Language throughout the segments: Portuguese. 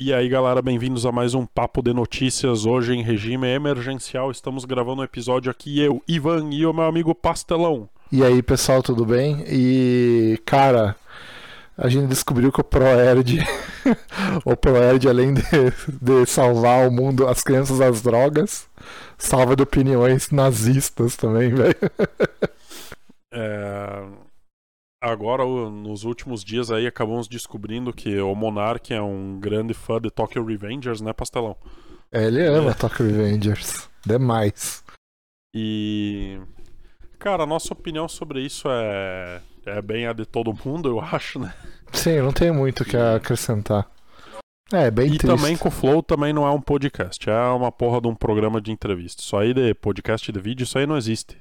E aí, galera, bem-vindos a mais um Papo de Notícias. Hoje, em regime emergencial, estamos gravando um episódio aqui, eu, Ivan, e o meu amigo Pastelão. E aí, pessoal, tudo bem? E, cara, a gente descobriu que o ProErd, o ProErd, além de, de salvar o mundo, as crianças das drogas, salva de opiniões nazistas também, velho. É... Agora, o- nos últimos dias aí, acabamos descobrindo que o Monark é um grande fã de Tokyo Revengers, né, Pastelão? É, ele ama Tokyo Revengers. Demais. E. Cara, a nossa opinião sobre isso é. É bem a de todo mundo, eu acho, né? Sim, não tem muito o que acrescentar. É, bem E triste. também com o Flow também não é um podcast, é uma porra de um programa de entrevista. Isso aí de podcast de vídeo, isso aí não existe.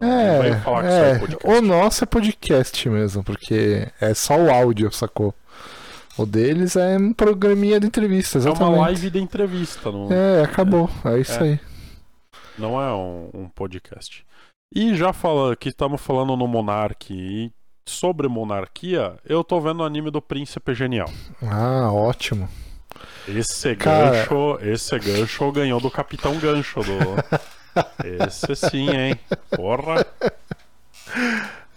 Não É, vai falar que isso aí é é, podcast. o nosso é podcast mesmo, porque é só o áudio, sacou? O deles é um programinha de É entrevista, exatamente. uma live de entrevista, não é, É, acabou, é isso É. aí. não é um, um podcast. E já fala que estamos falando no Monark e sobre monarquia, eu tô vendo o anime do Príncipe Genial. Ah, ótimo. Esse Cara. gancho, esse gancho ganhou do Capitão Gancho do. Esse sim, hein? Porra.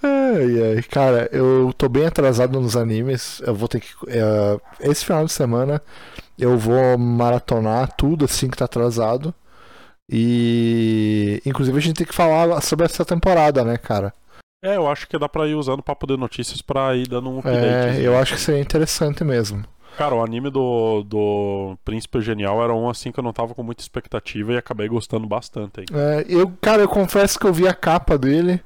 Ai, ai, cara, eu tô bem atrasado nos animes. Eu vou ter que. eh, esse final de semana eu vou maratonar tudo assim que tá atrasado. E. Inclusive a gente tem que falar sobre essa temporada, né, cara? É, eu acho que dá pra ir usando papo de notícias pra ir dando um update. É, assim. eu acho que seria interessante mesmo. Cara, o anime do, do Príncipe Genial era um assim que eu não tava com muita expectativa e acabei gostando bastante. hein? É, eu, cara, eu confesso que eu vi a capa dele.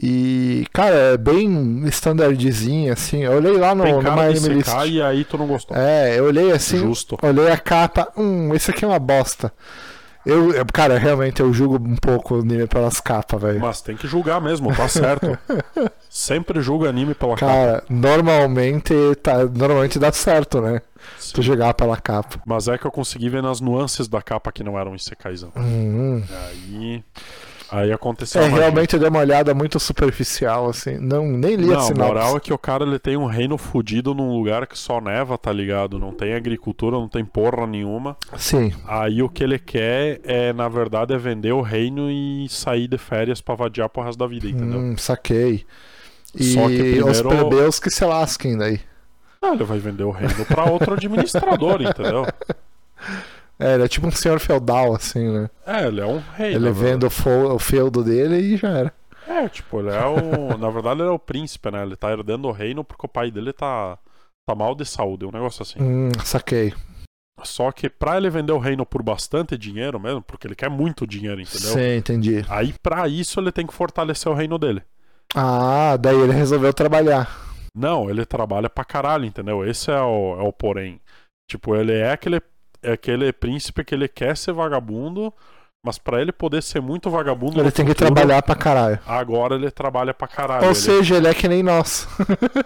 E, cara, é bem standardzinha, assim. Eu olhei lá no, Tem no cara de My Anime List. secar e aí tu não gostou. É, eu olhei assim, Justo. olhei a capa, hum, esse aqui é uma bosta. Eu, eu- cara, realmente eu julgo um pouco o anime pelas capas, velho. Mas tem que julgar mesmo, tá certo. Sempre julga anime pela cara. Cara, normalmente tá, normalmente dá certo, né? Sim. Tu jogar pela capa. Mas é que eu consegui ver nas nuances da capa que não eram Isekaizão. Hum, hum. Aí. Aí aconteceu. É, a magia. realmente eu dei uma olhada muito superficial, assim. Não, nem li a Não, a sinopse. moral é que o cara ele tem um reino fudido num lugar que só neva, tá ligado? Não tem agricultura, não tem porra nenhuma. Sim. Aí o que ele quer é, na verdade, é vender o reino e sair de férias pra vadiar pro resto da vida, entendeu? Hum, saquei. E Só que os primeiro- plebeus que se lasquem daí. Ah, ele vai vender o reino pra outro administrador, entendeu? É, ele é tipo um senhor feudal, assim, né? É, ele é um rei. Ele na verdade. vendo o fo- o feudo dele e já era. É, tipo, ele é o. na verdade, ele é o príncipe, né? Ele tá herdando o reino porque o pai dele tá. tá mal de saúde, um negócio assim. Hum, saquei. Só que pra ele vender o reino por bastante dinheiro mesmo, porque ele quer muito dinheiro, entendeu? Sim, entendi. Aí pra isso ele tem que fortalecer o reino dele. Ah, daí ele resolveu trabalhar. Não, ele trabalha pra caralho, entendeu? Esse é o, é o porém. Tipo, ele é aquele, é aquele príncipe que ele quer ser vagabundo, mas pra ele poder ser muito vagabundo. Ele no tem que futuro, Ah, trabalhar pra caralho. Agora ele trabalha pra caralho. Ou ele- seja, ele é que nem nós.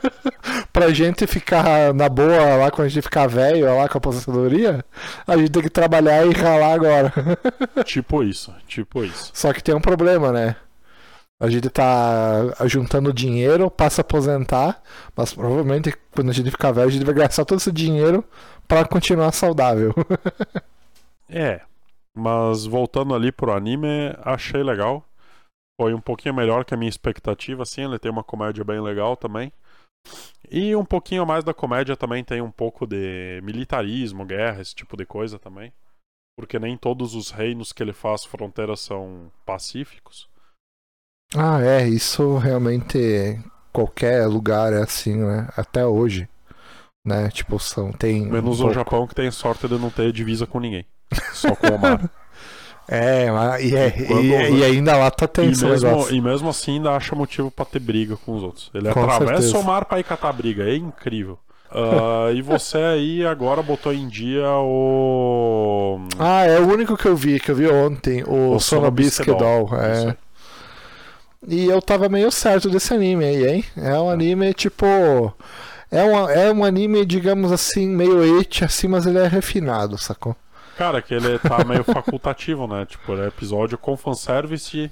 pra gente ficar na boa lá, quando a gente ficar velho lá com a aposentadoria, a gente tem que trabalhar e ralar agora. Tipo isso, tipo isso. Só que tem um problema, né? A gente tá juntando dinheiro, passa a aposentar, mas provavelmente quando a gente ficar velho, a gente vai gastar todo esse dinheiro pra continuar saudável. É. Mas voltando ali pro anime, achei legal. Foi um pouquinho melhor que a minha expectativa, assim. Ele tem uma comédia bem legal também. E um pouquinho a mais da comédia também tem um pouco de militarismo, guerra, esse tipo de coisa também. Porque nem todos os reinos que ele faz fronteira são pacíficos. Ah, é, isso realmente qualquer lugar é assim, né? Até hoje. Né? Tipo, são, tem. um Menos o pouco- Japão que tem sorte de não ter divisa com ninguém. Só com o mar. É, mas- e, é- Quando- um e- e ainda lá tá e, tenso esse mesmo, negócio. e mesmo assim ainda acha motivo pra ter briga com os outros. Ele Com atravessa certeza. o mar pra ir catar briga. É incrível. Ah, e você aí agora botou em dia o. Ah, é o único que eu vi, que eu vi ontem, o, O Sono Sonobisque Bisque Doll. Doll. É. Isso aí. E eu tava meio certo desse anime aí, hein? É um anime tipo. É um, é um anime, digamos assim, meio et assim, mas ele é refinado, sacou? Cara, que ele tá meio facultativo, né? Tipo, ele é episódio com fanservice.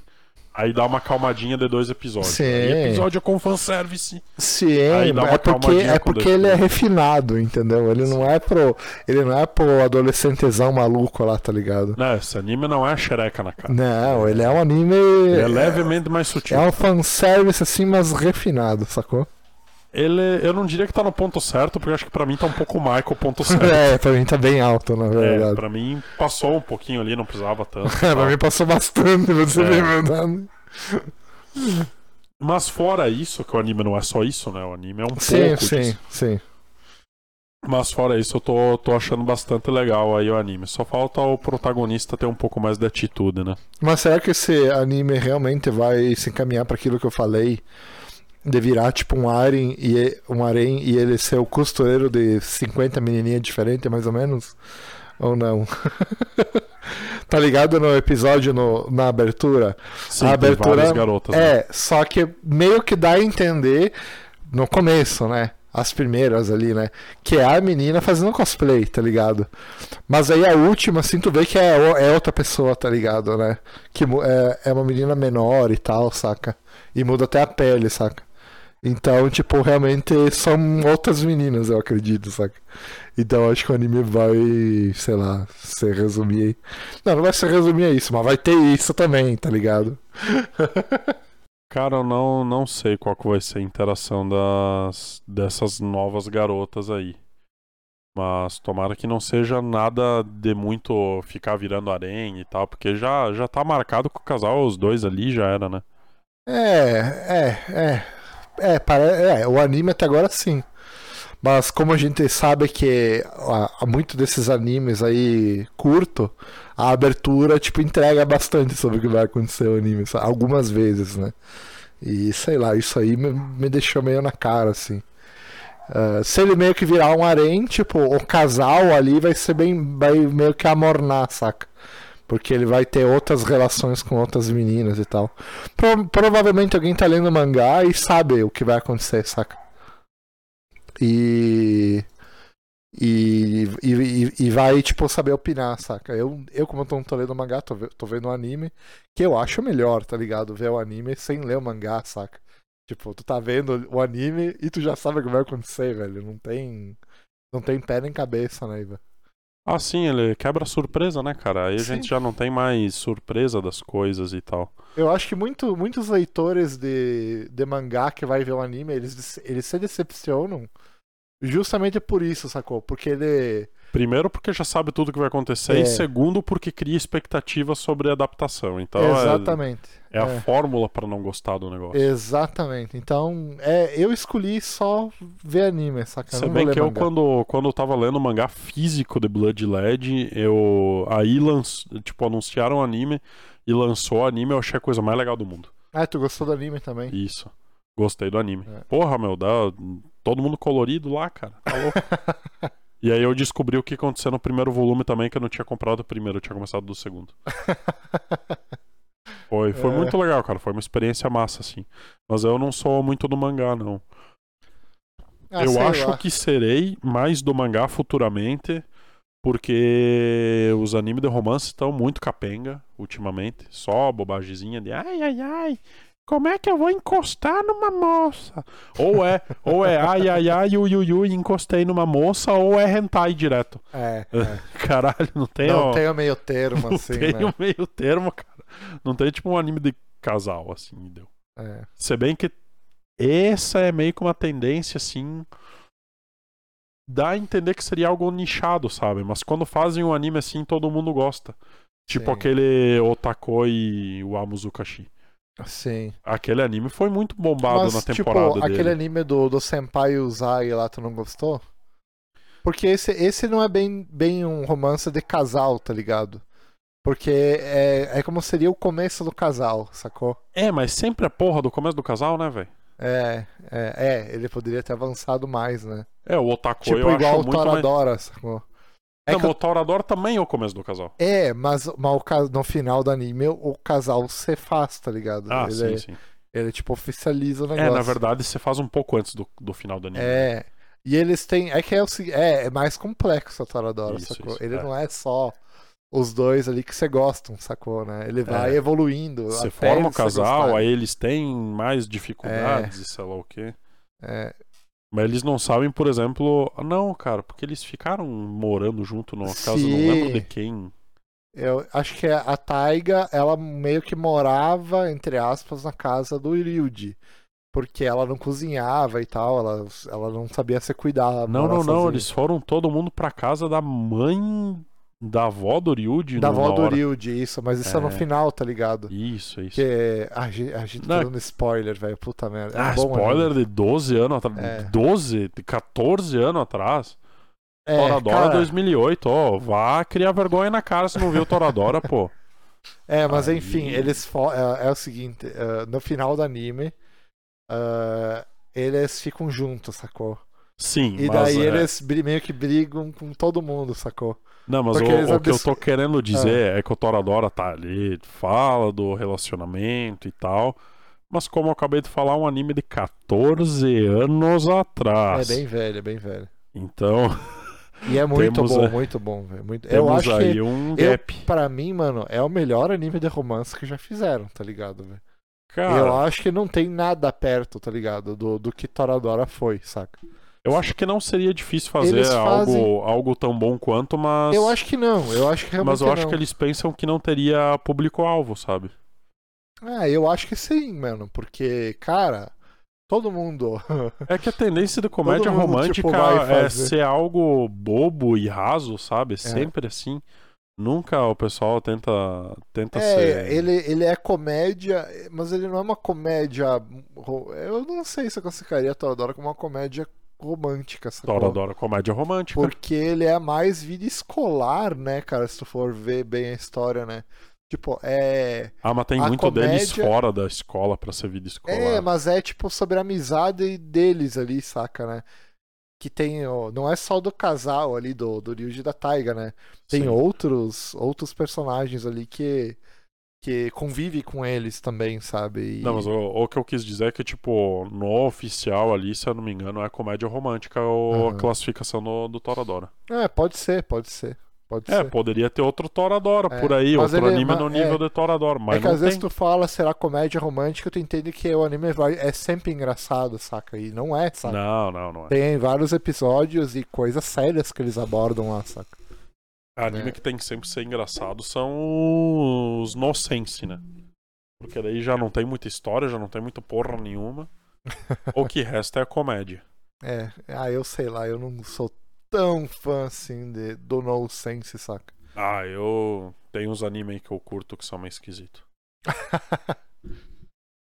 Aí dá uma calmadinha de dois episódios. Sim. Aí episódio com fanservice. Sim, Aí dá uma é porque, calmadinha é com porque dois ele é refinado, entendeu? Ele não é pro. Ele não é pro adolescentezão maluco lá, tá ligado? Não, esse anime não é xereca na cara. Não, ele é um anime. Ele é levemente mais sutil. É um fanservice assim, mas refinado, sacou? Ele, eu não diria que tá no ponto certo, porque eu acho que pra mim tá um pouco Michael ponto certo. É, pra mim tá bem alto, na É, verdade. pra mim passou um pouquinho ali, não precisava tanto. É, pra mim passou bastante, você É. me mandando. Mas fora isso, que o anime não é só isso, né? O anime é um Sim, pouco sim, disso. sim. Mas fora isso, eu tô, tô achando bastante legal aí o anime. Só falta o protagonista ter um pouco mais de atitude, né? Mas será que esse anime realmente vai se encaminhar pra aquilo que eu falei? De virar tipo um harem e um harem e ele ser o costureiro de 50 menininhas diferentes, mais ou menos? Ou não? tá ligado no episódio no- na abertura? Sim, A tem abertura- várias garotas. né? É, só que meio que dá a entender no começo, né? As primeiras ali, né? Que é a menina fazendo cosplay, tá ligado? Mas aí a última, assim, tu vê que é, o- é outra pessoa, tá ligado, né? Que mu- é, é uma menina menor e tal, saca? E muda até a pele, saca? Então, tipo, realmente são outras meninas, eu acredito, saca? Então acho que o anime vai, sei lá, se resumir. Não, não vai se resumir a isso, mas vai ter isso também, tá ligado? Cara, eu não, não sei qual que vai ser a interação das, dessas novas garotas aí. Mas tomara que não seja nada de muito ficar virando arém e tal, porque já, já tá marcado com o casal, os dois ali já era, né? É, é, é. É, para, é, o anime até agora sim. Mas como a gente sabe que há muito desses animes aí curto, a abertura tipo entrega bastante sobre o que vai acontecer no anime, sa- algumas vezes, né? E sei lá, isso aí me, me deixou meio na cara assim. Ah, se ele meio que virar um harém, tipo, o casal ali vai ser bem, vai meio que amornar, saca? Porque ele vai ter outras relações com outras meninas e tal. Pro- provavelmente alguém tá lendo mangá e sabe o que vai acontecer, saca? E. E, e, e- e vai, tipo, saber opinar, saca? Eu, eu como eu tô- não tô lendo mangá, tô, ve- tô vendo um anime, que eu acho melhor, tá ligado? Ver o anime sem ler o mangá, saca? Tipo, tu tá vendo o anime e tu já sabe o que vai acontecer, velho. Não tem. Não tem pé nem cabeça, né, Iva? Ah, sim, ele quebra a surpresa, né, cara? Aí a Sim. gente já não tem mais surpresa das coisas e tal. Eu acho que muito- muitos leitores de, de mangá que vai ver o anime, eles, des- eles se decepcionam justamente por isso, sacou? Porque ele. Primeiro, porque já sabe tudo que vai acontecer, É. e segundo, porque cria expectativas sobre a adaptação. Então, é- exatamente. é, a É. fórmula pra não gostar do negócio. Exatamente. Então, é, eu escolhi só ver anime, saca? É, Eu Se não bem vou que ler eu, mangá. quando, quando eu tava lendo o mangá físico de Blood Led, eu. Aí lanç, tipo, anunciaram o anime e lançou o anime, eu achei a coisa mais legal do mundo. Ah, tu gostou do anime também? Isso. Gostei do anime. É. Porra, meu, dá... todo mundo colorido lá, cara. Tá louco. e aí eu descobri o que aconteceu no primeiro volume também, que eu não tinha comprado o primeiro, eu tinha começado do segundo. Foi, foi É. muito legal, cara. Foi uma experiência massa, assim. Mas eu não sou muito do mangá, não. Ah, eu sei acho lá. que serei mais do mangá futuramente, porque os animes de romance estão muito capenga ultimamente. Só bobagemzinha de ai, ai, ai, como é que eu vou encostar numa moça? Ou é, ou é ai, ai, ai, ui, ui, ui, encostei numa moça, ou é hentai direto. É, é. Caralho, não tem, Não ó, tem o meio termo, não assim, tem né? um meio termo, cara. Não tem tipo um anime de casal, assim, entendeu? É. Se bem que essa é meio que uma tendência, assim. Dá a entender que seria algo nichado, sabe? Mas quando fazem um anime assim, todo mundo gosta. Tipo Sim. aquele Otakoi e o Amuzukashi. Sim. Aquele anime foi muito bombado Mas, na tipo, temporada dele. aquele anime do, do Senpai Uzai lá, tu não gostou? Porque esse, esse não é bem, bem um romance de casal, tá ligado? Porque é, é como seria o começo do casal, sacou? É, mas sempre a porra do começo do casal, né, velho? É, é, é, ele poderia ter avançado mais, né? É, o Otakoi tipo, eu igual acho o muito mais... Toradora, sacou? É, Não, que- o Torador também é o começo do casal. é, mas, mas o ca- no final do anime o casal se faz, tá ligado? Ah, sim, ele, sim. ele, tipo, oficializa o É, negócio. na verdade, você faz um pouco antes do, do final do anime. É. E eles têm. É que é o seguinte. É, é mais complexo a Toradora, Isso, sacou? isso, Ele é. não é só os dois ali que você gostam, sacou, né? Ele vai É. evoluindo. Você até forma o eles se casal, gostarem. aí eles têm mais dificuldades e sei lá o quê. É, Mas eles não sabem, por exemplo. ah, Não, cara, porque eles ficaram morando junto numa casa, não Sim. lembro de quem. eu acho que a Taiga, ela meio que morava, entre aspas, na casa do Ryuji. Porque ela não cozinhava e tal, ela, ela não sabia se cuidar. Não, morar não, não. sozinha. Eles foram todo mundo pra casa da mãe da avó do Ryuji. Da numa avó do hora. Ryuji, isso, mas isso é. no É. final, tá ligado? Isso, isso. Porque a gente, a gente tá Não. dando spoiler, velho. Puta merda. É Ah, bom, spoiler de 12 anos É. atrás. 12, de 14 anos atrás. É, Toradora cara, 2008, ó. Vá criar vergonha na cara se não viu Toradora, pô. É, mas Aí. enfim, eles fo- é, é o seguinte, é, no final do anime, é, eles ficam juntos, sacou? Sim, E mas. daí é, eles bri- meio que brigam com todo mundo, sacou? Não, mas o, porque eles o que eu abs- tô querendo dizer é que o Toradora tá ali, fala do relacionamento e tal. Mas como eu acabei de falar, é um anime de 14 anos atrás. É bem velho, é bem velho. Então, E é muito Temos bom, a- muito bom, velho. muito- Eu temos acho aí que, um eu- gap. pra mim, mano, é o melhor anime de romance que já fizeram, tá ligado, velho? Cara, Eu acho que não tem nada perto, tá ligado? Do, do que Toradora foi, saca? eu acho que não seria difícil fazer Eles fazem- algo, algo tão bom quanto, mas. Eu acho que não, eu acho que realmente Mas eu acho não. que eles pensam que não teria público-alvo, sabe? Ah, eu acho que sim, mano, porque, cara, todo mundo. É que a tendência da comédia mundo, romântica tipo, vai é fazer. É. ser algo bobo e raso, sabe? Sempre assim. Nunca o pessoal tenta, tenta ser. é, ele, ele é comédia, mas ele não é uma comédia. ro- Eu não sei se eu classificaria a Toradora como uma comédia romântica, sacou? Adoro, adoro comédia romântica. Porque ele é mais vida escolar, né, cara, se tu for ver bem a história, né? Tipo, é. Ah, mas tem a muito deles comédia- fora da escola pra ser vida escolar. É, mas é tipo sobre a amizade deles ali, saca, né? Que tem. ó, Não é só do casal ali, do, do Ryuji e da Taiga, né? Tem Sim. outros outros personagens ali que. que convive com eles também, sabe? E- Não, mas o, o que eu quis dizer é que, tipo, no oficial ali, se eu não me engano, é comédia romântica ou Aham. a classificação do, do Toradora. É, pode ser, pode ser. Pode É, ser. poderia ter outro Toradora É, por aí, mas outro ele- anime mas- no nível é. de Toradora, mas é que não às vezes tem. tu fala, será comédia romântica, tu entende que o anime vai- é sempre engraçado, saca? E não é, saca? Não, não, não é. Tem vários episódios e coisas sérias que eles abordam lá, saca? Anime né? que tem que sempre ser engraçado são os nonsense, né? Porque daí já não tem muita história, já não tem muita porra nenhuma. o que resta é a comédia. É, ah, eu sei lá, eu não sou tão fã assim de, do nonsense, saca? Ah, eu. Tem uns anime aí que eu curto que são meio esquisitos.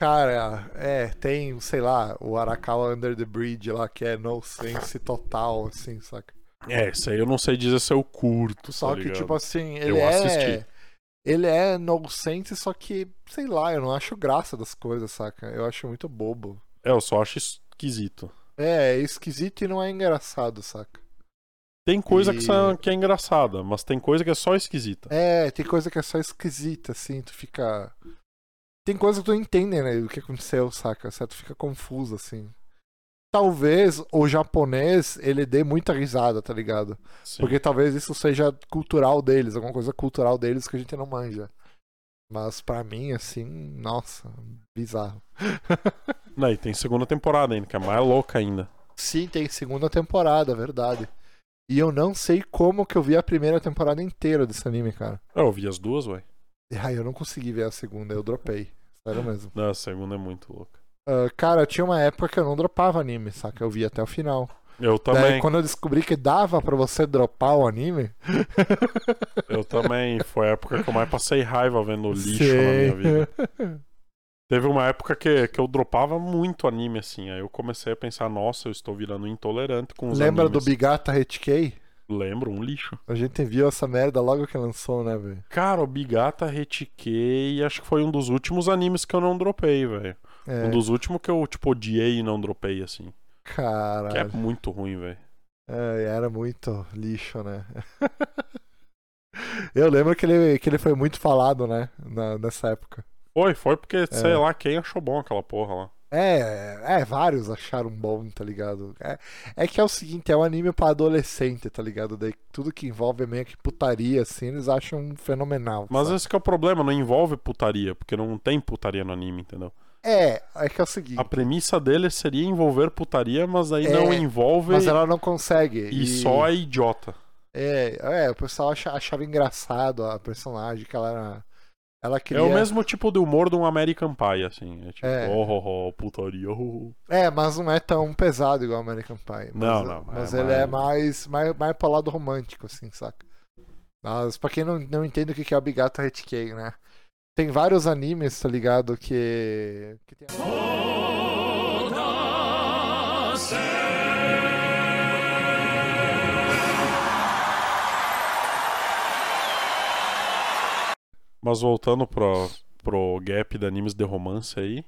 Cara, é, tem, sei lá, o Arakawa Under the Bridge lá, que é nonsense total, assim, saca? É, isso aí eu não sei dizer se eu curto. Só tá que, ligado? tipo assim, ele Eu é. assisti. Ele é nonsense, só que, sei lá, eu não acho graça das coisas, saca? Eu acho muito bobo. É, eu só acho esquisito. É, é esquisito e não é engraçado, saca? Tem coisa E- que, são- que é engraçada, mas tem coisa que é só esquisita. É, tem coisa que é só esquisita, assim, tu fica. Tem coisa que tu não entende, né? O que aconteceu, saca? Certo? Tu fica confuso, assim. Talvez o japonês ele dê muita risada, tá ligado? Sim. Porque talvez isso seja cultural deles, alguma coisa cultural deles que a gente não manja. Mas pra mim, assim, nossa, bizarro. Não, e tem segunda temporada ainda, que é mais louca ainda. Sim, tem segunda temporada, é verdade. E eu não sei como que eu vi a primeira temporada inteira desse anime, cara. Eu vi as duas, ué. Ai, eu não consegui ver a segunda, eu dropei. Sério mesmo. Não, a segunda é muito louca. Ah, cara, tinha uma época que eu não dropava anime, saca? Eu via até o final. Eu Daí, também. quando eu descobri que dava pra você dropar o anime. Eu também. Foi a época que eu mais passei raiva vendo lixo na Sei. minha vida. Teve uma época que, que eu dropava muito anime, assim. Aí eu comecei a pensar, nossa, eu estou virando intolerante com os Lembra do animes. Bigata Retkei? Lembro, um lixo. A gente viu essa merda logo que lançou, né, velho? Cara, o Bigata retiquei e acho que foi um dos últimos animes que eu não dropei, velho. É, Um dos últimos que eu, tipo, odiei e não dropei, assim. Que é Caralho. muito ruim, velho. É, era muito lixo, né? eu lembro que ele, que ele foi muito falado, né? Na- nessa época. Foi, foi porque, sei lá, quem achou bom aquela porra lá. É, é, vários acharam bom, tá ligado? É, é que é o seguinte, é um anime pra adolescente, tá ligado? Daí tudo que envolve é meio que putaria, assim, eles acham fenomenal. Mas sabe? esse que é o problema, não envolve putaria, porque não tem putaria no anime, entendeu? É, é que é o seguinte. A premissa dele seria envolver putaria, mas aí não É, envolve Mas ela não consegue. e só é idiota. É, é, o pessoal acha- achava engraçado a personagem, que ela era. Ela queria. É o mesmo tipo de humor de um American Pie, assim. É tipo, É. oh, oh, oh, putaria. oh, oh. É, mas não é tão pesado igual American Pie. Mas, Não, não, Mas é ele é mais, mais, mais pro lado romântico, assim, saca? Mas pra quem não, não entende o que que é o Bigato Hate Cake, né? Tem vários animes, tá ligado? Que. que tem- Mas voltando pro, pro gap de animes de romance aí.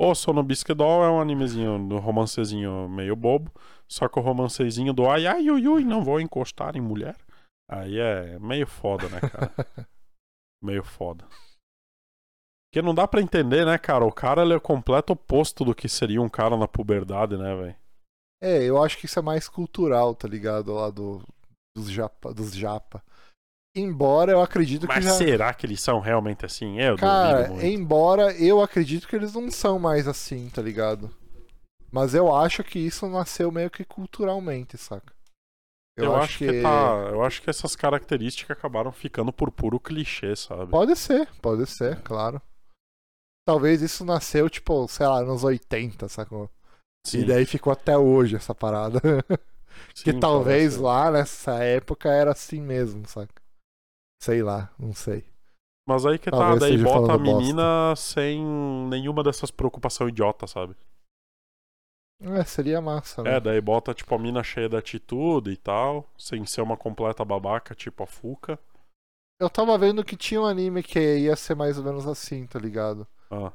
O Sonobisque Doll é um animezinho, um romancezinho meio bobo. Só que o romancezinho do ai ai ui ui, não vou encostar em mulher. Aí é meio foda, né, cara? meio foda. Porque não dá pra entender, né, cara? O cara ele é o completo oposto do que seria um cara na puberdade, né, velho? É, eu acho que isso é mais cultural, tá ligado? Lá do, dos, japa, dos japa. Embora eu acredito que Mas já. será que eles são realmente assim? Eu duvido Cara, muito. embora eu acredito que eles não são mais assim, tá ligado? Mas eu acho que isso nasceu meio que culturalmente, saca? Eu, acho, que... tá. Eu acho que essas características acabaram ficando por puro clichê, sabe? Pode ser, pode ser, claro. Talvez isso nasceu, tipo, sei lá, nos 80, sacou? E daí ficou até hoje essa parada. que sim, talvez pode ser. lá nessa época era assim mesmo, saca? Sei lá, não sei. Mas aí que tá, talvez daí seja bota a falando bosta. menina sem nenhuma dessas preocupações idiota, sabe? É, seria massa, né? É, daí bota, tipo, a mina cheia de atitude e tal, sem ser uma completa babaca, tipo a Fuca. Eu tava vendo que tinha um anime que ia ser mais ou menos assim, tá ligado? Ah,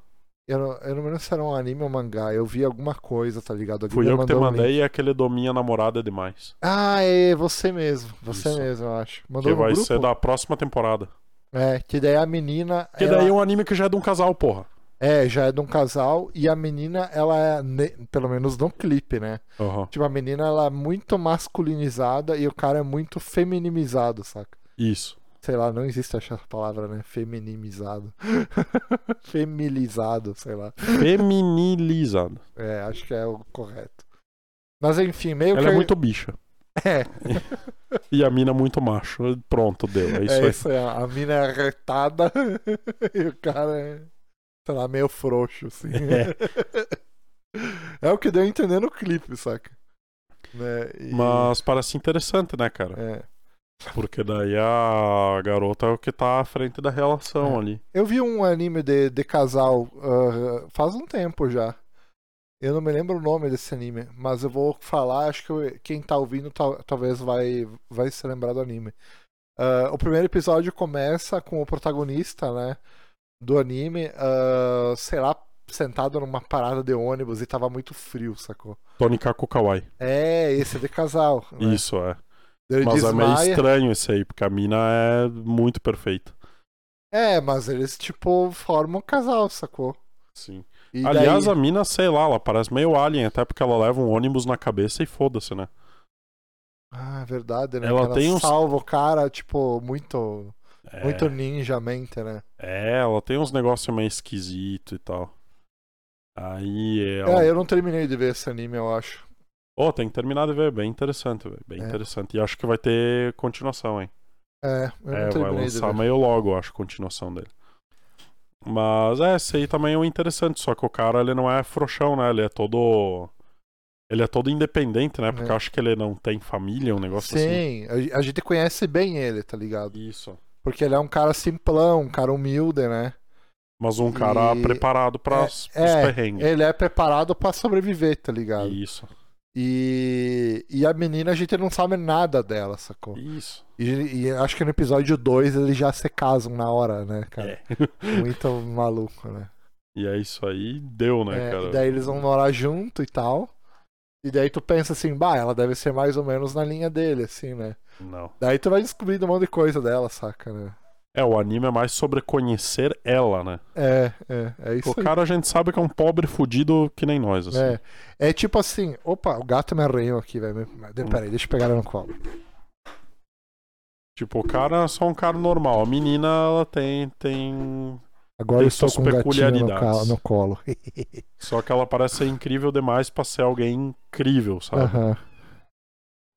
Eu não, eu não me lembro se era um anime ou mangá. Eu vi alguma coisa, tá ligado? Alguém fui me eu que te mandou um link. mandei e aquele do Minha Namorada é Demais. Ah, é você mesmo. Você Isso. mesmo, eu acho. Mandou Que no vai grupo? ser da próxima temporada. É, que daí a menina. Que ela- daí é um anime que já é de um casal, porra. É, já é de um casal. E a menina, ela é. ne- Pelo menos no clipe, né? Aham. Tipo, a menina, ela é muito masculinizada e o cara é muito feminimizado, saca? Isso. Sei lá, não existe essa palavra, né? Feminimizado. Feminilizado, sei lá. Feminilizado. É, acho que é o correto. Mas enfim, meio que. Ela é muito bicha. É. E a mina é muito macho. Pronto, deu. É isso é aí. isso aí, a mina é retada e o cara é, sei lá, meio frouxo, assim. É, o que deu a entender no clipe, saca? Né? e- Mas parece interessante, né, cara? é. Porque daí a garota é o que tá à frente da relação É. ali. Eu vi um anime de, de casal ah, faz um tempo já. Eu não me lembro o nome desse anime, mas eu vou falar, acho que eu- quem tá ouvindo tal- talvez vai, vai se lembrar do anime. Ah, o primeiro episódio começa com o protagonista, né, do anime, ah, sei lá, sentado numa parada de ônibus e tava muito frio, sacou? Tony Kaku Kawaii. É, esse é de casal. Né? Isso, é. Ele Mas é meio desmaia. estranho isso aí, porque a mina é muito perfeita. É, mas eles, tipo, formam um casal, sacou? Sim. E Aliás, daí- a mina, sei lá, ela parece meio alien, até porque ela leva um ônibus na cabeça e foda-se, né? Ah, é verdade, né? Ela que ela tem uns- salva o cara, tipo, muito, É, muito ninja mente, né? é ela tem uns negócios meio esquisito e tal. Aí ela. É, eu não terminei de ver esse anime, eu acho. Ô, tem que terminar de ver, bem interessante, velho. Bem É. interessante. E acho que vai ter continuação, hein? É, eu não é, vai terminei de lançar ver. meio logo, eu acho, a continuação dele. Mas é, esse aí também é um interessante, só que o cara ele não é frouxão, né? Ele é todo. Ele é todo independente, né? Porque É. eu acho que ele não tem família, um negócio assim. Sim, a a gente conhece bem ele, tá ligado? Isso. Porque ele é um cara simplão, um cara humilde, né? Mas um cara E- preparado para os é, perrengues. Ele é preparado pra sobreviver, tá ligado? Isso. E, e a menina a gente não sabe nada dela, sacou? Isso. E, e acho que no episódio 2 eles já se casam na hora, né, cara? É. Muito maluco, né? E é isso aí, deu, né, É, cara? E daí eles vão morar junto e tal. E daí tu pensa assim, bah, ela deve ser mais ou menos na linha dele, assim, né? Não. Daí tu vai descobrindo um monte de coisa dela, saca, né? É, o anime é mais sobre conhecer ela, né? É, é, é isso. o aí. cara a gente sabe que é um pobre fudido que nem nós, assim. É. É tipo assim, opa, o gato me arranhou aqui, velho. Mas, Peraí, deixa eu pegar ela no colo. Tipo, o cara é só um cara normal. A menina, ela tem. tem... Agora Tem eu estou suas com um gatinho no, peculiaridades. calo- no colo. Só que ela parece ser incrível demais pra ser alguém incrível, sabe? Aham.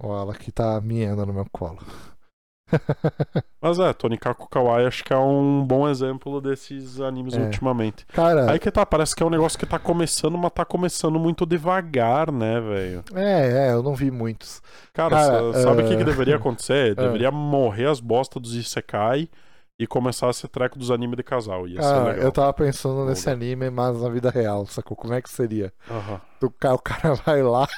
Ó, ela aqui tá miando no meu colo. Mas é, Tonikaku Kawaii acho que é um bom exemplo desses animes É. ultimamente. Cara, Aí que tá, parece que é um negócio que tá começando, mas tá começando muito devagar, né, velho? é, é, eu não vi muitos. Cara, Cara, sa- sabe o eh, que, que deveria acontecer? eh. Deveria morrer as bostas dos Isekai e começar esse treco dos animes de casal. Ia ser Cara, é legal. Ah, eu tava pensando Vamos nesse anime, mas na vida real, sacou? Como é que seria? Aham. O cara, o cara vai lá.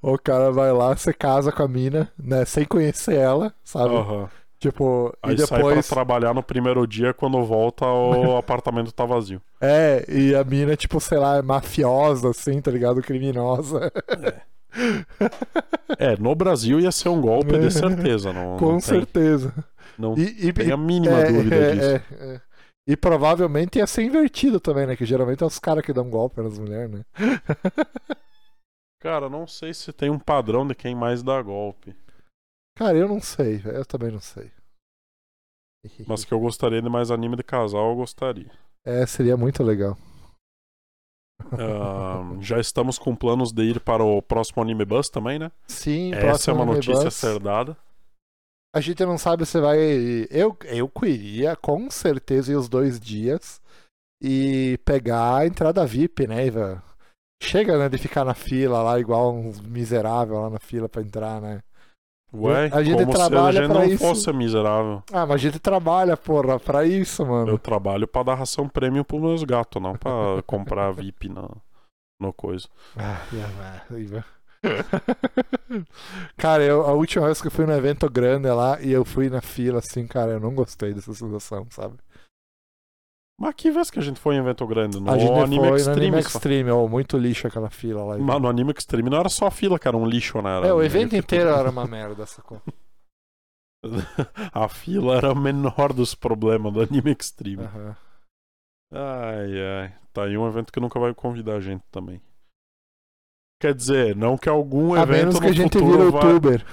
o cara vai lá, você casa com a mina, né? Sem conhecer ela, sabe? Aham. Tipo, Aí e sai pra depois. trabalhar no primeiro dia, quando volta o apartamento tá vazio. É, e a mina, tipo, sei lá, é mafiosa, assim, tá ligado? Criminosa. É, no Brasil ia ser um golpe de certeza, não, Com não tem, certeza. não E, e, tem a e- mínima é, dúvida é, disso. é, é. E provavelmente ia ser invertido também, né? Que geralmente é os caras que dão golpe nas mulheres, né? Cara, não sei se tem um padrão de quem mais dá golpe. Cara, eu não sei, velho, eu também não sei. Mas que eu gostaria de mais anime de casal, eu gostaria. É, seria muito legal. Ahn, já estamos com planos de ir para o próximo Anime Bus também, né? Sim, Essa é próximo uma Anime notícia a Buzz. ser dada. A gente não sabe se vai. Eu, eu queria, com certeza, ir os dois dias e pegar a entrada VIP, né, Ivan? Chega, né, de ficar na fila lá, igual uns miserável lá na fila pra entrar, né? Ué, A gente como se a trabalha gente pra não isso. fosse miserável. Ah, mas a gente trabalha, porra, pra isso, mano. Eu trabalho pra dar ração prêmio pros meus gatos, não pra comprar VIP na, no coisa. Ah, yeah, Ivan. cara, eu, a última vez que eu fui num evento grande lá e eu fui na fila, assim, cara, eu não gostei dessa sensação, sabe? Mas que vez que a gente foi em evento grande? No a gente Anime foi no Extreme. Anime só. Extreme, ó, muito lixo aquela fila lá. Ivan. Mas no Anime Extreme não era só a fila, cara, um lixo, né? Era É, o meio evento que inteiro tudo. era uma merda, sacou? A fila era o menor dos problemas do Anime Extreme. Aham. Ah. Ai, ai. Tá aí um evento que nunca vai convidar a gente também. Quer dizer, não que algum A evento menos no que a gente futuro vira vá- youtuber.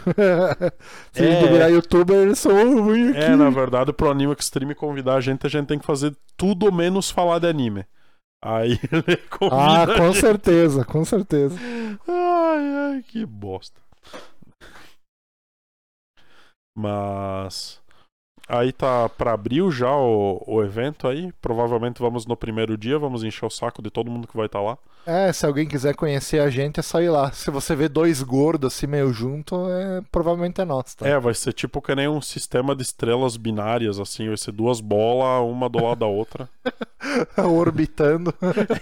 Se a gente É. virar youtuber, eles são "Oh, vem aqui. É, na verdade, pro Anime Extreme convidar a gente, a gente tem que fazer tudo menos falar de anime. Aí ele convida. Ah, a com gente. certeza, com certeza. Ai, ai, que bosta. Mas. Aí tá pra abril já o, o evento aí. Provavelmente vamos no primeiro dia, vamos encher o saco de todo mundo que vai estar lá. É, se alguém quiser conhecer a gente, é só ir lá. Se você vê dois gordos assim meio junto, é... provavelmente é nós, tá? É, vai ser tipo que nem um sistema de estrelas binárias, assim. Vai ser duas bolas, uma do lado da outra. Tá Orbitando.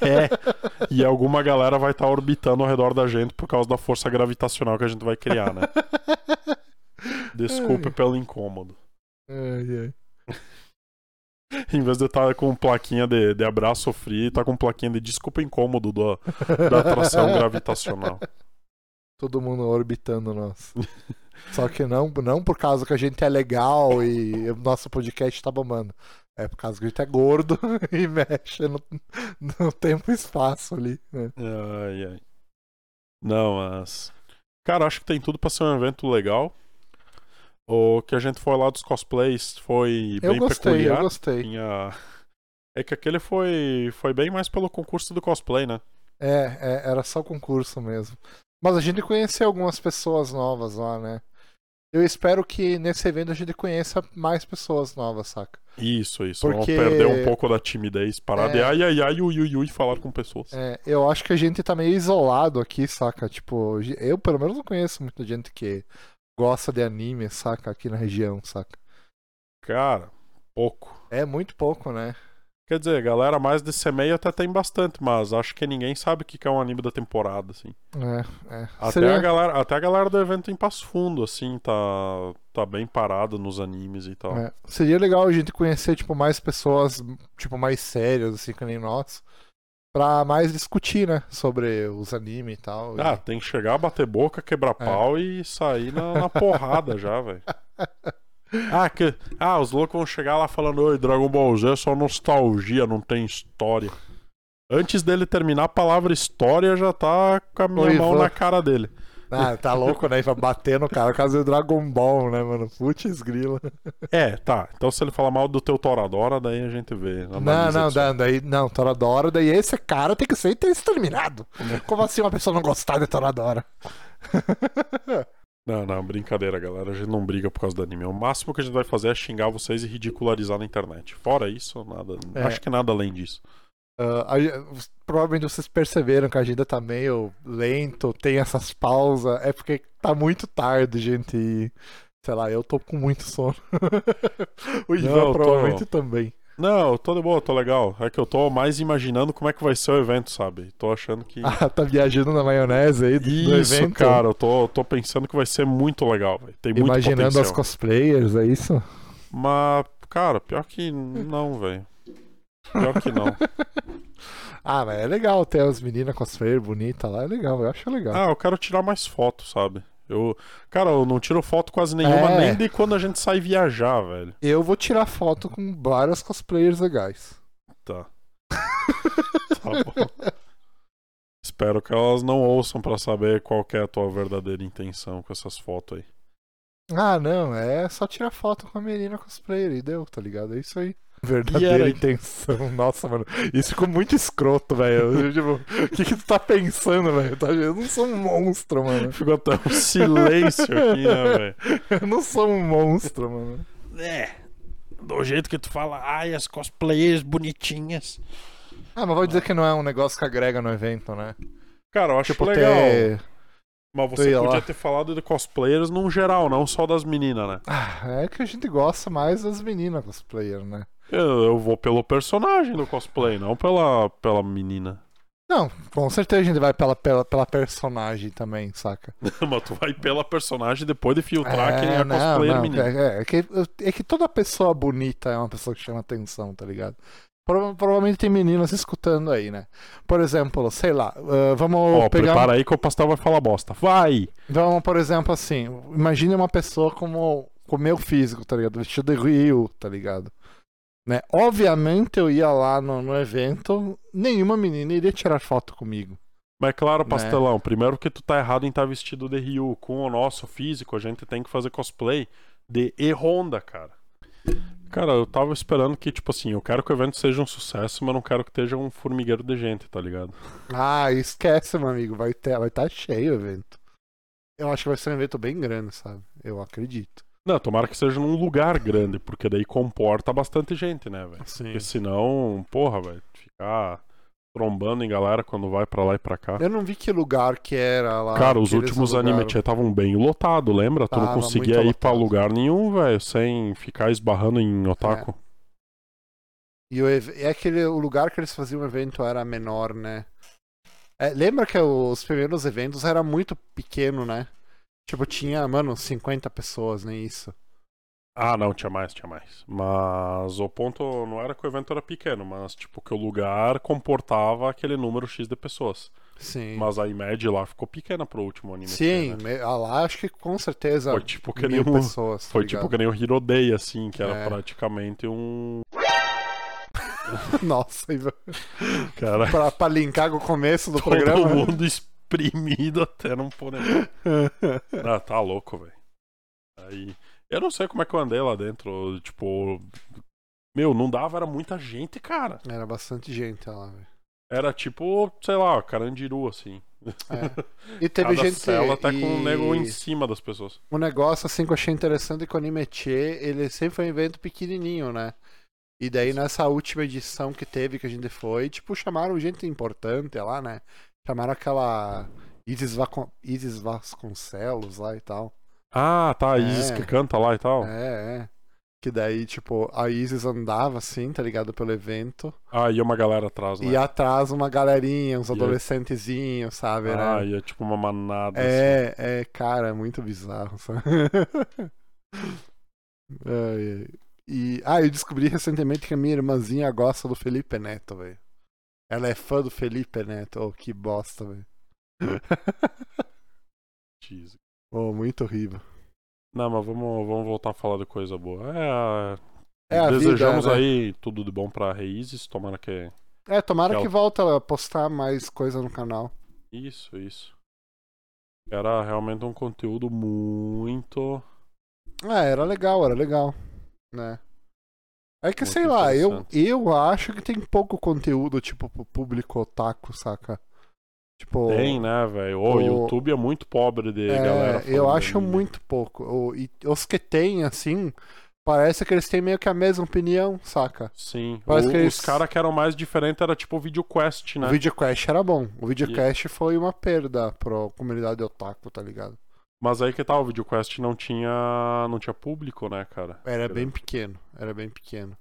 É. E alguma galera vai estar orbitando ao redor da gente por causa da força gravitacional que a gente vai criar, né? Desculpe pelo incômodo. Ai, ai. Em vez de estar com plaquinha de, de abraço frio, tá com plaquinha de desculpa incômodo do, da atração gravitacional. Todo mundo orbitando nós. Só que não, não por causa que a gente é legal e o nosso podcast tá bombando. É por causa que a gente é gordo e mexe no, no tempo e espaço ali. né? Ai, ai. Não, mas. Cara, acho que tem tudo pra ser um evento legal. O que a gente foi lá dos cosplays foi Eu bem gostei, peculiar. eu gostei. Tinha- É que aquele foi, foi bem mais pelo concurso do cosplay, né? É, é, era só concurso mesmo. Mas a gente conheceu algumas pessoas novas lá, né? Eu espero que nesse evento a gente conheça mais pessoas novas, saca? Isso, isso. Porque- Vamos perder um pouco da timidez, parar de É. ai, ai, ai, ui, ui, ui, falar com pessoas. É, eu acho que a gente tá meio isolado aqui, saca? Tipo, ge- eu pelo menos não conheço muita gente que gosta de anime, saca? Aqui na região, saca? Cara, pouco. É muito pouco, né? Quer dizer, galera mais de semeia até tem bastante, mas acho que ninguém sabe o que que é um anime da temporada, assim. É, é. Até, Seria- a, galera, até a galera do evento em Passo Fundo, assim, tá, tá bem parada nos animes e tal. É, Seria legal a gente conhecer, tipo, mais pessoas, tipo, mais sérias, assim, que nem nós. Pra mais discutir, né? Sobre os animes e tal. Ah, tem É. que chegar, bater boca, quebrar pau e sair na, na porrada já, velho. Ah, que... ah, os loucos vão chegar lá falando: Oi, Dragon Ball Z é só nostalgia, não tem história. Antes dele terminar a palavra história, já tá com a minha Oi, mão vô. na cara dele. Ah, tá louco, né? Pra bater no cara, caso do Dragon Ball, né, mano? Putz, grila. É, tá. Então se ele falar mal do teu Toradora, daí a gente vê. Não, analisa não, isso. da, daí, não, Toradora, daí esse cara tem que ser exterminado. Como assim uma pessoa não gostar de Toradora? não, não, brincadeira, galera. A gente não briga por causa do anime. O máximo que a gente vai fazer é xingar vocês e ridicularizar na internet. Fora isso, nada. É. Acho que nada além disso. Ah, a gen- provavelmente vocês perceberam que a agenda tá meio lento, tem essas pausas, é porque tá muito tarde, gente, e, sei lá, eu tô com muito sono. o Ivan Não, eu tô- provavelmente também. Não, eu tô de boa, tô legal. É que eu tô mais imaginando como é que vai ser o evento, sabe? Tô achando que. Ah, tá viajando na maionese aí do do Isso, evento. cara, eu tô, eu tô pensando que vai ser muito legal, velho. Tem muito Imaginando as potencial. cosplayers, é isso? Mas, cara, pior que não, velho. Pior que não. Ah, mas é legal ter as meninas cosplayer bonitas lá, é legal, eu acho legal. Ah, eu quero tirar mais foto, sabe? Eu, cara, eu não tiro foto quase nenhuma, É. nem de quando a gente sai viajar, velho. Eu vou tirar foto com vários cosplayers legais. Tá. Tá bom. Espero que elas não ouçam pra saber qual que é a tua verdadeira intenção com essas fotos aí. Ah, não, é só tirar foto com a menina cosplayer e deu, tá ligado? É isso aí. E Verdadeira era- intenção. Nossa, mano, isso ficou muito escroto, velho. Eu, Tipo, o que que tu tá pensando, velho? Tá- Eu não sou um monstro, mano. Ficou até um silêncio aqui, né, velho? Eu não sou um monstro, mano. É. Do jeito que tu fala, ai, as cosplayers bonitinhas. Ah, mas vou dizer que não é um negócio que agrega no evento, né? Cara, eu acho Tipo, legal. ter... Mas tu você ia podia lá. ter falado de cosplayers num geral, não só das meninas, né? Ah, é que a gente gosta mais das meninas cosplayer, né? Eu, eu vou pelo personagem do cosplay, não pela, pela menina. Não, com certeza a gente vai pela, pela, pela personagem também, saca? Mas tu vai pela personagem depois de filtrar É, quem é a não, cosplayer não, menina. É, é que, é que toda pessoa bonita é uma pessoa que chama atenção, tá ligado? Prova- provavelmente tem meninas escutando aí, né? Por exemplo, sei lá, ah, vamos Ó, pegar. prepara aí que o pastel vai falar bosta. Vai! Vamos, por exemplo, assim, imagine uma pessoa como com o meu físico, tá ligado? Vestido de Ryu, tá ligado? Né? Obviamente eu ia lá no, no evento, nenhuma menina iria tirar foto comigo. Mas é claro, Né. pastelão, primeiro que tu tá errado em estar vestido de Ryu. Com o nosso físico, a gente tem que fazer cosplay de E-Honda, cara. Cara, eu tava esperando que, tipo assim, eu quero que o evento seja um sucesso, mas não quero que esteja um formigueiro de gente, tá ligado? Ah, esquece, meu amigo, vai estar vai tá cheio o evento. Eu acho que vai ser um evento bem grande, sabe? Eu acredito. Não, tomara que seja num lugar grande, porque daí comporta bastante gente, né, velho? Sim. Porque senão, porra, velho, ficar trombando em galera quando vai pra lá e pra cá. Eu não vi que lugar que era lá. Cara, os que eles últimos alugaram. anime estavam bem lotados, lembra? tu não Tava conseguia muito ir pra lotado. É. lugar nenhum, velho, sem ficar esbarrando em otaku. E o ev- é aquele o lugar que eles faziam o evento era menor, né? É, lembra que os primeiros eventos era muito pequeno, né? Tipo, tinha, mano, 50 pessoas, nem isso. Ah, não, tinha mais, tinha mais. Mas o ponto não era que o evento era pequeno, mas tipo que o lugar comportava aquele número X de pessoas. Sim. Mas a média lá ficou pequena pro último anime. que teve, Sim, né? me- ah, lá acho que com certeza Foi tipo que nem mil o pessoas. tá Foi tipo ligado? que nem o Hirodei, assim, que era É. praticamente um. Nossa, Ivan, Cara, pra, pra linkar com o começo do todo programa. né? mundo exprimido até não poder. mais. ah, tá louco, velho. Aí. Eu não sei como é que eu andei lá dentro. Tipo. Meu, não dava, era muita gente, cara. Era bastante gente lá, velho. Era tipo, sei lá, Carandiru, assim. É. E teve Cada gente. cela tá com e- um nego em cima das pessoas. um negócio assim que eu achei interessante que o Animetier, ele sempre foi um evento pequenininho, né? E daí nessa última edição que teve, que a gente foi, tipo, chamaram gente importante lá, né? Chamaram aquela Isis, Vacon... Isis Vasconcelos lá e tal. Ah, tá, a É. Isis que canta lá e tal. É, é. Que daí, tipo, a Isis andava assim, tá ligado? Pelo evento. Ah, e uma galera atrás, né? E atrás uma galerinha, uns E aí- adolescentezinhos, sabe? né? Ah, e é tipo uma manada. assim. É, é, cara, é muito bizarro. sabe? Ai, ai. e, ah, eu descobri recentemente que a minha irmãzinha gosta do Felipe Neto, velho. Ela é fã do Felipe Neto. Oh, que bosta, velho. Jeez. Oh, muito horrível. Não, mas vamos, vamos voltar a falar de coisa boa. É, a- É a desejamos vida, né? aí tudo de bom pra Raízes, tomara que. É, tomara Tchau. que volta a postar mais coisa no canal. Isso, isso. Era realmente um conteúdo muito. Ah, era legal, era legal. Né? É que, Muito sei lá, eu, interessante. eu acho que tem pouco conteúdo, tipo, pro público otaku, saca? Tipo. Tem, né, velho? O o- YouTube é muito pobre de é, galera. falando né? eu de acho anime. muito pouco. O- e os que tem, assim, parece que eles têm meio que a mesma opinião, saca? Sim. Parece O- que é eles- Os caras que eram mais diferentes era tipo o VideoQuest, né? O videocast era bom. O videocast foi uma perda pra comunidade otaku, tá ligado? Mas aí que tal, o VideoQuest não tinha. não tinha público, né, cara? Era bem pequeno, era bem pequeno.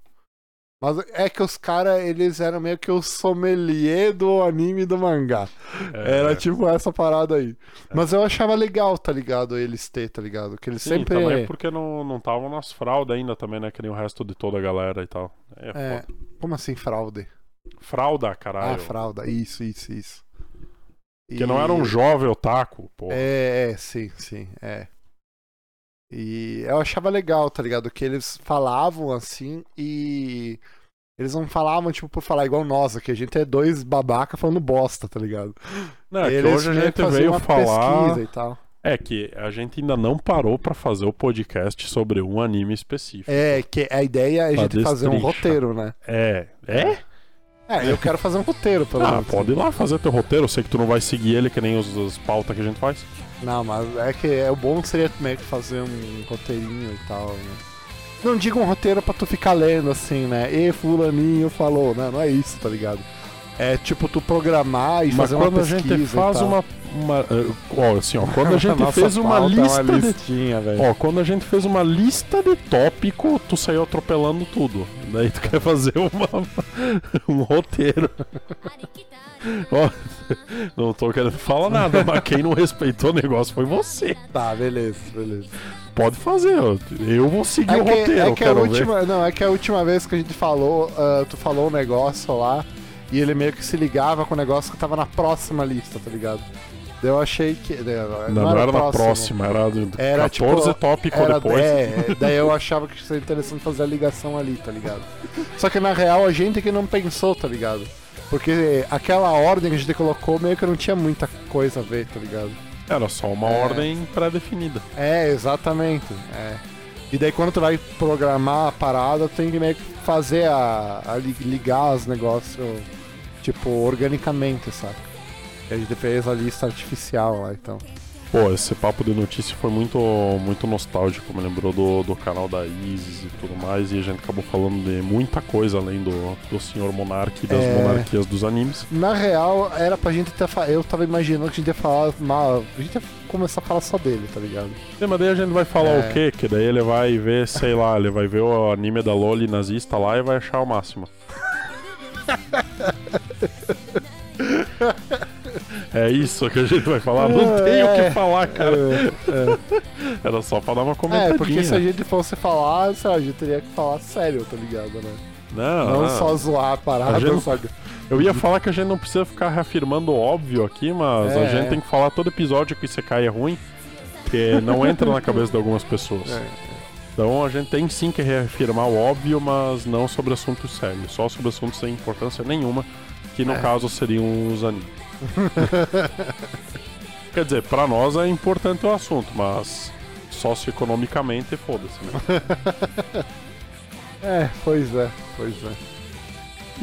Mas é que os caras, eles eram meio que o sommelier do anime e do mangá. É, Era tipo essa parada aí. Mas eu achava legal, tá ligado? Eles ter, tá ligado? Que eles Sim, sempre. é. também é porque não não estavam nas fraldas ainda também, né? Que nem o resto de toda a galera e tal. É, É, foda. como assim, fraude? Fralda, Ah, caralho. fralda. Isso, isso, isso. Que E- não era um jovem otaku, pô. É, é, sim, sim, é. E eu achava legal, tá ligado? Que eles falavam assim e. Eles não falavam, tipo, por falar igual nós, que a gente é dois babaca falando bosta, tá ligado? Não, é que eles hoje a meio que gente faziam veio uma falar. pesquisa e tal. É que a gente ainda não parou pra fazer o podcast sobre um anime específico. É, que a ideia é a Pra gente fazer um destrinchar. roteiro, né? É. É? É, eu quero fazer um roteiro, pelo Ah, menos. pode ir lá fazer teu roteiro. Eu sei que tu não vai seguir ele que nem os, as pautas que a gente faz. Não, mas é que é, o bom seria meio que fazer um roteirinho e tal, né? Não diga um roteiro pra tu ficar lendo assim, né? E fulaninho falou, né? Não é isso, tá ligado? É tipo tu programar e Mas fazer quando a uma pesquisa gente faz e tal. uma. uma eh, ó, assim, ó, quando a gente Nossa fez uma pauta é lista. uma de- É. listinha, velho. Ó, quando a gente fez uma lista de tópico, tu saiu atropelando tudo. Daí tu quer fazer uma, um roteiro. Ó, não tô querendo falar nada, mas quem não respeitou o negócio foi você. Tá, beleza, beleza. Pode fazer, eu, eu vou seguir É o que, roteiro, é eu que a quero ver. última, não, é que a última vez que a gente falou, ah, tu falou um negócio lá e ele meio que se ligava com o negócio que tava na próxima lista, tá ligado? Daí Eu achei que não, Não, não era na próximo. próxima, era, do- Era, 14 tipo, tópicos Era, depois. é, daí eu achava que seria interessante fazer a ligação ali, tá ligado? Só que na real a gente que não pensou, tá ligado? Porque aquela ordem que a gente colocou meio que não tinha muita coisa a ver, tá ligado? Era só uma É. ordem pré-definida. É, exatamente. é. E daí quando tu vai programar a parada, tu tem que meio que fazer a. a li- ligar os negócios, tipo, organicamente, saca? E a gente fez a lista artificial lá, então. Pô, esse papo de notícia foi muito, muito nostálgico, me lembrou do, do canal da Isis e tudo mais, e a gente acabou falando de muita coisa além do, do Senhor Monarca e das É. monarquias dos animes. Na real, era pra gente ter. fa- Eu tava imaginando que a gente ia falar. Mal... A gente ia começar a falar só dele, tá ligado? É, mas daí a gente vai falar É. o quê? Que daí ele vai ver, sei lá, ele vai ver o anime da Loli nazista lá e vai achar o máximo. é isso que a gente vai falar? Não É. tem o que falar, cara. É, Era só pra dar uma é. comentadinha. É, porque se a gente fosse falar, sei lá, a gente teria que falar sério, tá ligado, né? Não, Não não. só zoar a Ah. A parada, gente não- sabe? Eu ia falar que a gente não precisa ficar reafirmando o óbvio aqui, mas a É, gente é. tem que falar todo episódio que isso cai é ruim, que não entra na cabeça de algumas pessoas. É. Então a gente tem sim que reafirmar o óbvio, mas não sobre assuntos sérios, só sobre assuntos sem importância nenhuma, que no É. caso seriam os animes. Quer dizer, pra nós é importante o assunto, mas socioeconomicamente foda-se, né? É, pois é, pois é.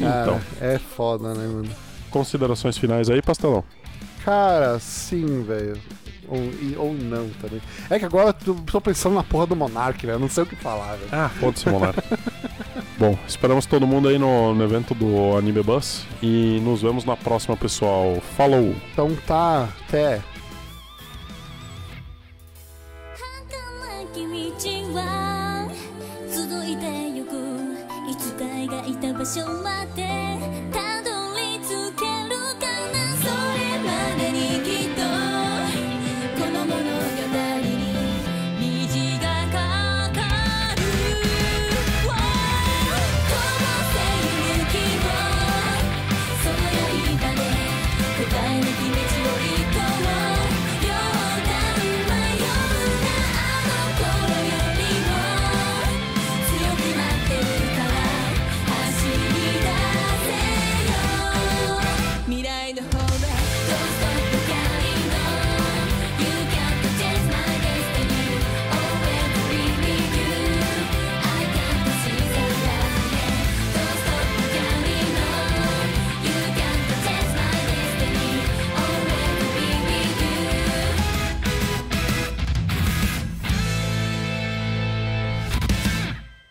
Cara, Então, é foda, né, mano? considerações finais aí, pastelão. Cara, sim, velho. Ou, e- ou não também. É que agora eu tô pensando na porra do Monark, velho. Eu não sei o que falar, velho. Ah, foda-se, Monark. Bom, esperamos todo mundo aí no, no evento do Anime Bus e nos vemos na próxima, pessoal. Falou! Então tá, até. 儚き道は続いてゆくいつかがいた場所までた